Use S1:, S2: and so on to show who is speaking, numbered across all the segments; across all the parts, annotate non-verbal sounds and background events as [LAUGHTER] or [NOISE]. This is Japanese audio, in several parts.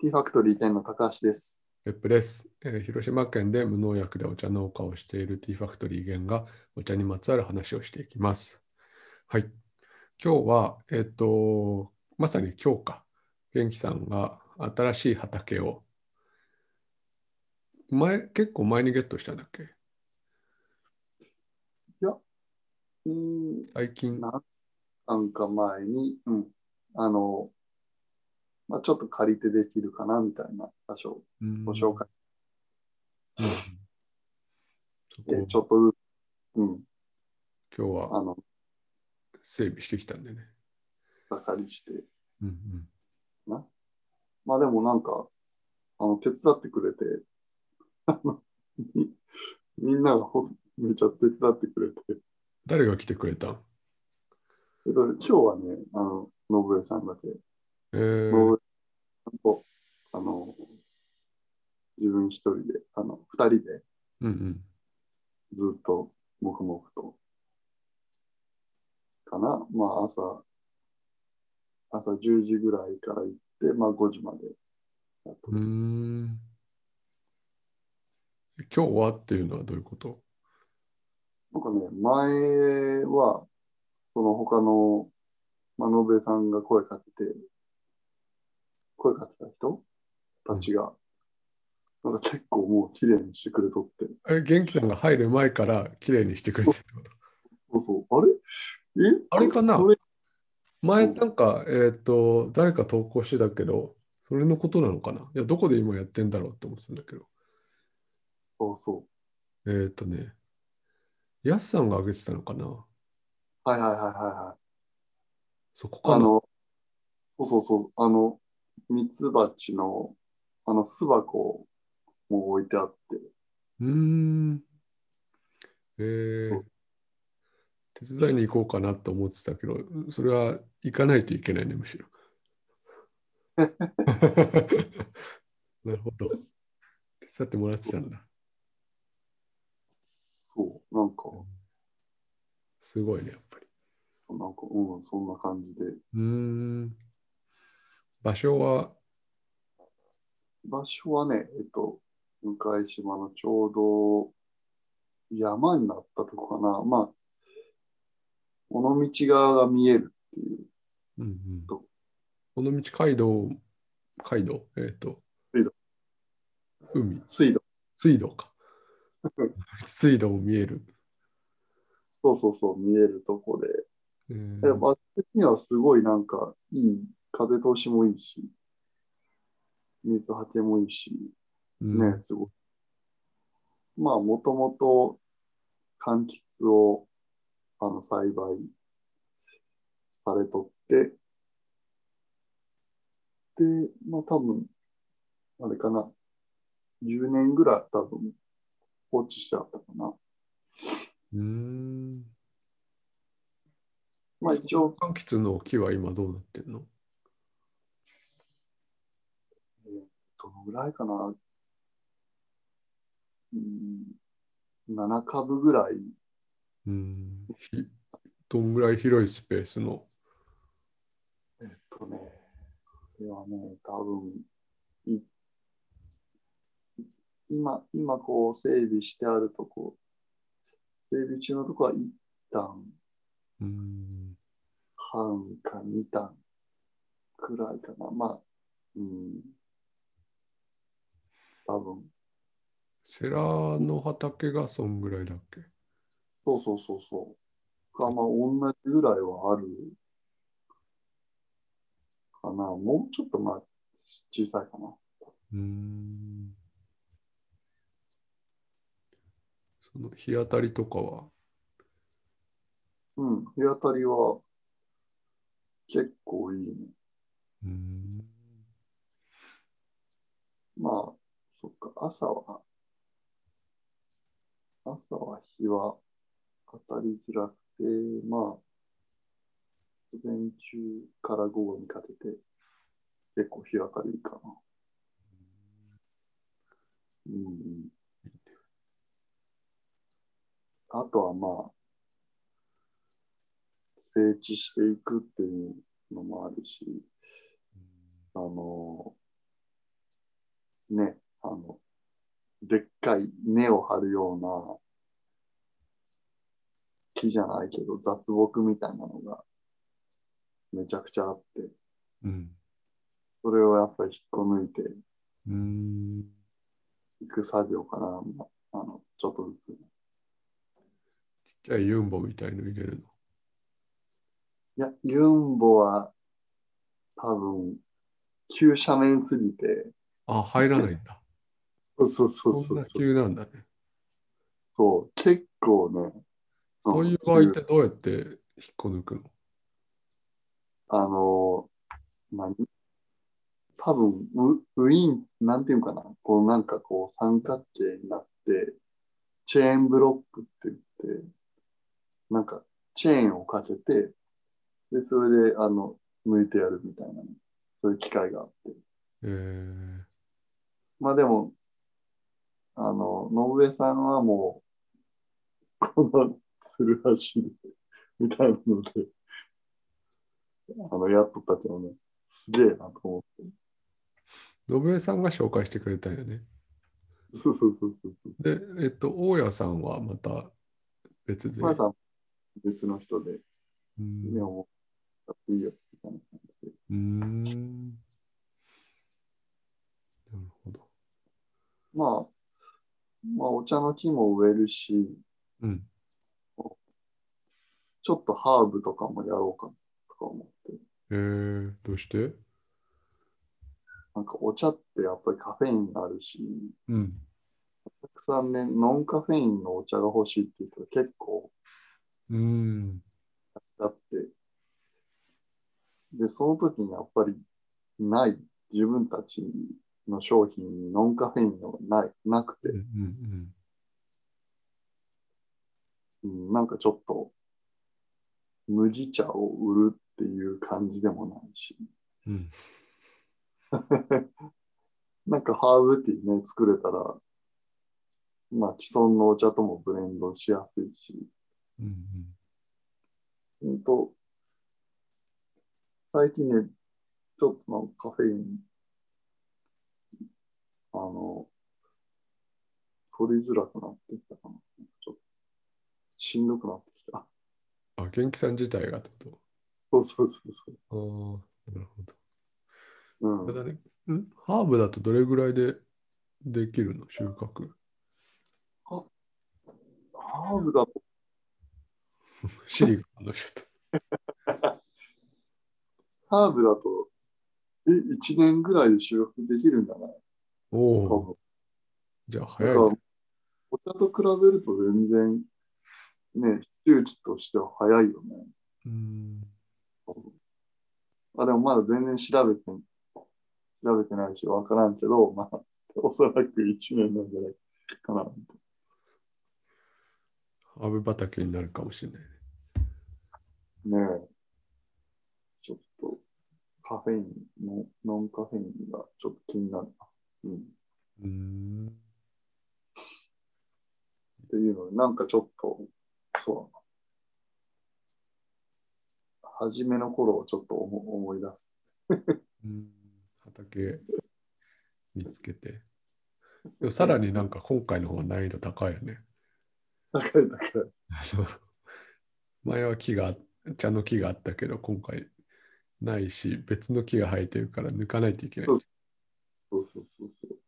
S1: ティファクトリー店の高橋です。
S2: ペップです、えー広島県で無農薬でお茶農家をしているティーファクトリー源がお茶にまつわる話をしていきます。はい。今日は、えっ、と、まさに今日か、元気さんが新しい畑を、前、結構前にゲットしたんだっけ
S1: うーん、
S2: 最近。
S1: ななんか前に、うん、あの、まあ、ちょっと借りてできるかなみたいな場所を
S2: うん
S1: ご紹介
S2: うんそ
S1: して、
S2: こ
S1: ちょっとずつ、うん、
S2: 今日
S1: あ
S2: は
S1: の、
S2: 整備してきたんでね。
S1: お借りして。
S2: うんうん
S1: まあでもなんか、あの、手伝ってくれて、あのみみんながほめちゃ手伝ってくれて、
S2: 誰が来てくれたん
S1: えっと、今日はね、あの、信江さんだけ、
S2: えー
S1: 信江さんと、あの、自分一人で、あの、二人で
S2: うんうん。
S1: ずっと黙々と、かな、まあ朝、朝10時ぐらいから行って、まあ5時までやっと
S2: うーん。今日はっていうのはどういうこと
S1: なんかね、前は、その他の、まあ、野辺さんが声かけて、声かけた人たちが、なんか結構もう綺麗にしてくれとって、
S2: え、元気さんが入る前から綺麗にしてくれてるってこと
S1: そうそう、あれえ
S2: あれかな
S1: それ
S2: [LAUGHS] 前なんか、えっ、と、誰か投稿してたけど、それのことなのかないや、どこで今やってんだろうって思ってたんだけど。
S1: そうそ
S2: えっ、とね、やすさんが上げてたのかな
S1: う。はいはいはいはいはい。
S2: そこ
S1: あ
S2: かな
S1: の、そうそうそう、あの、ミツバチの、あの、巣箱も置いてあって、
S2: うーん。えー手伝いに行こうかなと思ってたけど、それは行かないといけないね、むしろ。なるほど。手伝ってもらってたんだ。
S1: そう、なんか、
S2: すごいね、やっぱり。
S1: なんか、うん、そんな感じで。
S2: うーん。場所は、
S1: 場所はね、えっと、向島のちょうど山になったとこかな。まあ、尾道側が見えるっていう
S2: うんうん
S1: ど
S2: 尾道街道、街道、えっ、と
S1: 水道、
S2: 海、
S1: 水路。
S2: 水道か
S1: うん。
S2: 水道も見える。
S1: そうそうそう、見えるとこで。
S2: えー
S1: で、場所的にはすごいなんか、いい、風通しもいいし、水はけもいいし、
S2: うん
S1: ね、すごい。まあ、もともと柑橘をあの栽培されとって、で、まあ多分、あれかな、10年ぐらい多分放置してあったかな。
S2: うーん。
S1: まあ一応、
S2: 柑橘の木は今どうなってんの
S1: どのぐらいかな、うん、7株ぐらい、
S2: うん。ひどんぐらい広いスペースの。
S1: えっとね、これはね、多分、い今、今こう整備してあるとこ、整備中のとこは1段
S2: うん。
S1: 半か2段くらいかな。まあ、うん。多分、
S2: セラの畑がそんぐらいだっけ
S1: そうそうそうそう。が、まあ、同じぐらいはあるかな。もうちょっとまあ、小さいかな。
S2: うん。その日当たりとかは。
S1: うん、日当たりは結構いいね。
S2: うん。
S1: まあ、そっか、朝は、朝は日は当たりづらくて、まあ、午前中から午後にかけて結構日当たりいいかな。うん。あとはまあ、整地していくっていうのもあるし、あの、ね、あの、でっかい根を張るような木じゃないけど雑木みたいなのがめちゃくちゃあって、
S2: うん。
S1: それをやっぱり引っこ抜いて
S2: うーん。
S1: いく作業かな、あの、ちょっとずつ。
S2: ちっちゃいユンボみたいの入れる
S1: いや、ユンボは多分、急斜面すぎて、
S2: の。あ、入らないん [LAUGHS] だ。
S1: そうそうそ
S2: こ
S1: うそ
S2: ん
S1: う
S2: な。急なんだね。
S1: そう、結構ね、うん
S2: そういう場合ってどうやって引っこ抜くの
S1: あの、何多分ウ、ウィン、なんていうかな、こうなんかこう三角形になって、チェーンブロックって言って、なんかチェーンをかけて、で、それで、あの、抜いてやるみたいな、そういう機会があって。
S2: えー、
S1: まあでも、あの、野上さんはもう、このつるはしで、みたいなので、あの、やっとったけどね、すげえなと思って。
S2: 信江さんが紹介してくれたよね。
S1: そうそうそうそうそう。
S2: で、えっと、大家さんはまた別で。
S1: まあさん、別の人で、
S2: う
S1: い
S2: ん
S1: や、もう、やっていいよ、みたいな感じで。
S2: うーん。なるほど。
S1: まあ、まあ、お茶の木も植えるし、
S2: うん。
S1: ちょっとハーブとかもやろうかな、とか思って。
S2: えー、どうして
S1: なんか、お茶ってやっぱりカフェインがあるし、
S2: うん。
S1: お客さんね、ノンカフェインのお茶が欲しいっていう人が結構
S2: うん。
S1: だって、で、その時にやっぱりない、自分たちの商品にノンカフェインのがない、なく
S2: うんう
S1: て、
S2: ん
S1: うん、なんかちょっと、麦茶を売るっていう感じでもないし、
S2: うん。うん。
S1: なんかハーブティーね、作れたら、まあ既存のお茶ともブレンドしやすいし、
S2: うん
S1: うんと、最近ね、ちょっとなんかカフェイン、あの、取りづらくなってきたかな。ちょっと、しんどくなってきた。
S2: うん。あ、元気さん自体がってこ
S1: そうそうそうそ
S2: とああ、なるほ
S1: う。
S2: ど。
S1: うん
S2: た。だね、んハーブだとどれぐらいでできるの収穫。
S1: ハーブだと、
S2: シリがあの人と。
S1: ハーブだと、え、1年ぐらいで収穫できるんじゃない
S2: お
S1: 多
S2: お、
S1: 分。
S2: じゃあ早
S1: だ
S2: い
S1: から
S2: ね。、
S1: お茶と比べると全然、ね、周期としては早いよね。
S2: うん。
S1: あ、でもまだ全然調べて、調べてないし、わからんけど、 [LAUGHS] まあ、おそらく1年なんじゃないかな。
S2: ハーブ畑になるかもしれないね。
S1: ねえ。ちょっと、カフェインの、ノンカフェインがちょっと気になるな。うん。っ
S2: うん。
S1: ていうので、なんかちょっと、そうだな。初めの頃をちょっと思思い出す。 [LAUGHS]
S2: うん畑見つけて。でもさらになんか今回の方が難易度高いよね。
S1: 高い高い。
S2: あの前は木が、茶の木があったけど、今回ないし、別の木が生えてるから抜かないといけない
S1: そ。うそうそうそうそう。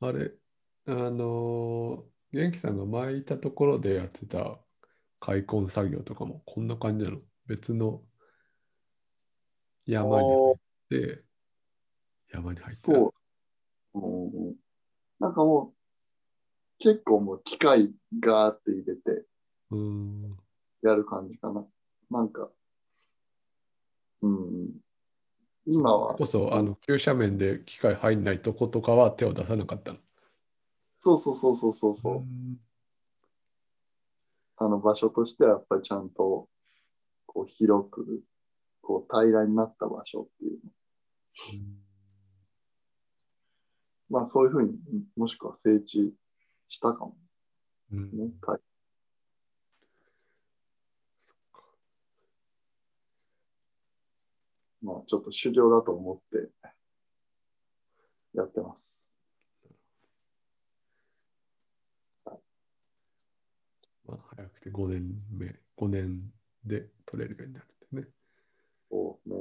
S2: あれ、あのー元気さんが前いたところでやってた開墾作業とかもこんな感じなの別の山に入って、山に入ってやる。
S1: そう。うんなんかもう、結構もう機械ガーって入れて
S2: うーん。
S1: やる感じかな。なんか、うん。今は、
S2: こそ、あの、急斜面で機械入んないとことかは手を出さなかったの。
S1: そうそうそうそうそうそう、
S2: ん
S1: あの場所としてはやっぱりちゃんと、こう広く、こう平らになった場所っていう。まあそういうふうに、もしくは整地したかも
S2: うん
S1: ね。たまあちょっと修行だと思って、やってます。
S2: まあ、早くて5年目、5年で取れるようになるんだよね。
S1: そうね。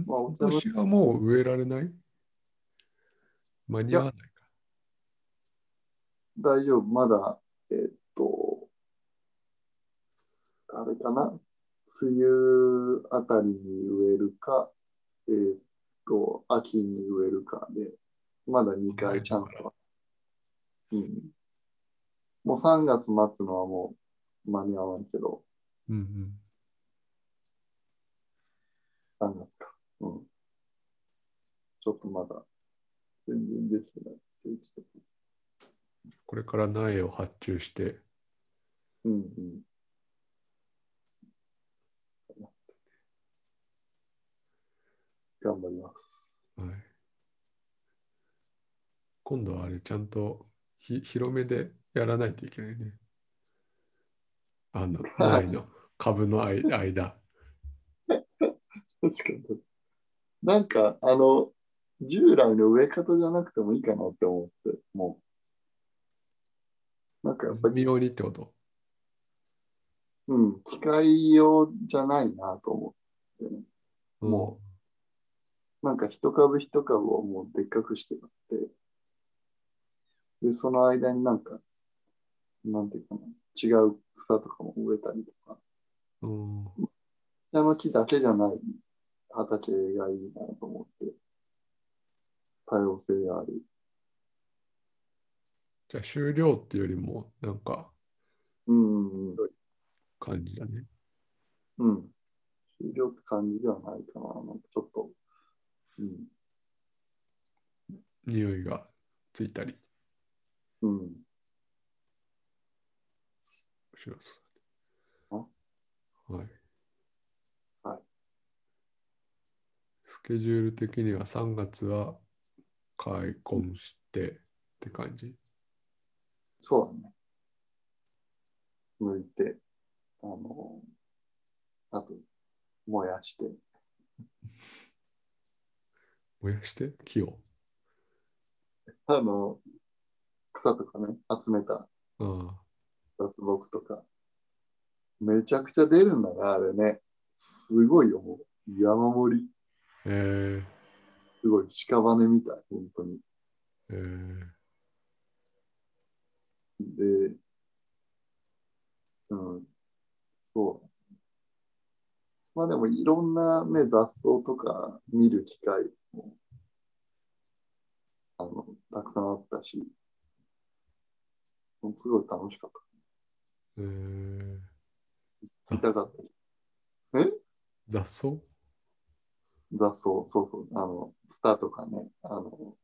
S2: ん
S1: まあ
S2: 今年はもう植えられない間に合わないか。
S1: 大丈夫。まだ、えっと、あれかな。梅雨あたりに植えるか、えっと、秋に植えるかで、まだ2回チャンスは。うん。もう3月待つのはもう間に合わんけど、
S2: うんうん。
S1: 3月か。うん。ちょっとまだ、全然できてない。整地とか
S2: これから苗を発注して、
S1: うんうん。頑張ります。
S2: はい、今度はあれ、ちゃんとひ広めでやらないといけないね。あの、苗の株の間間。
S1: 確かに。なんか、あの、従来の植え方じゃなくてもいいかなって思って、もう。なんかやっぱり、
S2: 微妙にってこと。
S1: うん、機械用じゃないなと思もう。なんか一株一株をもうでっかくしてやって、で、その間になんか、なんていうかな、違う草とかも植えたりとか、
S2: うん。うん
S1: 茶の木だけじゃない畑がいいなと思って、多様性がある。
S2: じゃあ終了っていうよりも、なんか
S1: うん、うん、
S2: 感じだね。
S1: うん。終了って感じではないかな。なんかちょっと、うん、
S2: 匂いがついたり、
S1: うん。
S2: 面白そうだね。は
S1: は
S2: い。
S1: い
S2: スケジュール的には3月は開墾してって感じ。
S1: そうだね。剥いて、あの、あと、燃やして、
S2: 燃やして木を。
S1: あの、草とかね、集めた
S2: あ
S1: 雑木とか。めちゃくちゃ出るんだな、あれね。すごいよ、もう。山盛り。
S2: あ。え
S1: すごい、屍みたい、本当に。
S2: ー、えー、
S1: で、うん、そう。まあでも、いろんなね、雑草とか見る機会も、あの、たくさんあったし、もうすごい楽しかっ
S2: えー、
S1: た。痛かった。
S2: 雑草
S1: 雑草、そうそう、あの、ツタとかね、あの、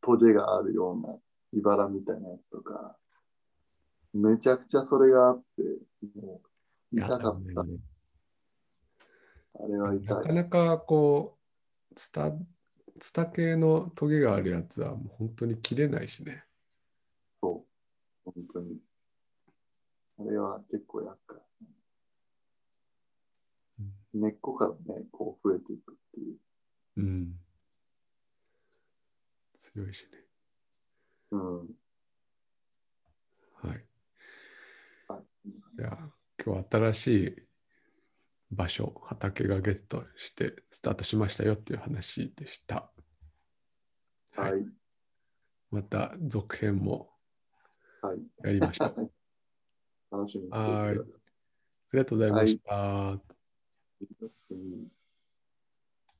S1: トゲがあるような、茨みたいなやつとか、めちゃくちゃそれがあって、もう、痛かった。
S2: いやだね
S1: あれは
S2: な
S1: 痛
S2: か
S1: い。
S2: なかこう、ツタ、ツタ系のトゲがあるやつはもう本当に切れないしね。
S1: そう。本当に。あれは結構厄介。根っこからね、こう増えていくっていう。
S2: うん。強いしね。
S1: うん。
S2: はい。
S1: はい
S2: じゃあ、今日は新しい場所、畑がゲットしてスタートしましたよっていう話でした。
S1: はい。
S2: い。また続編も
S1: はい。
S2: やりましょ
S1: [LAUGHS]
S2: う。
S1: 楽しみにしていてください
S2: ありがとうございました。
S1: うん。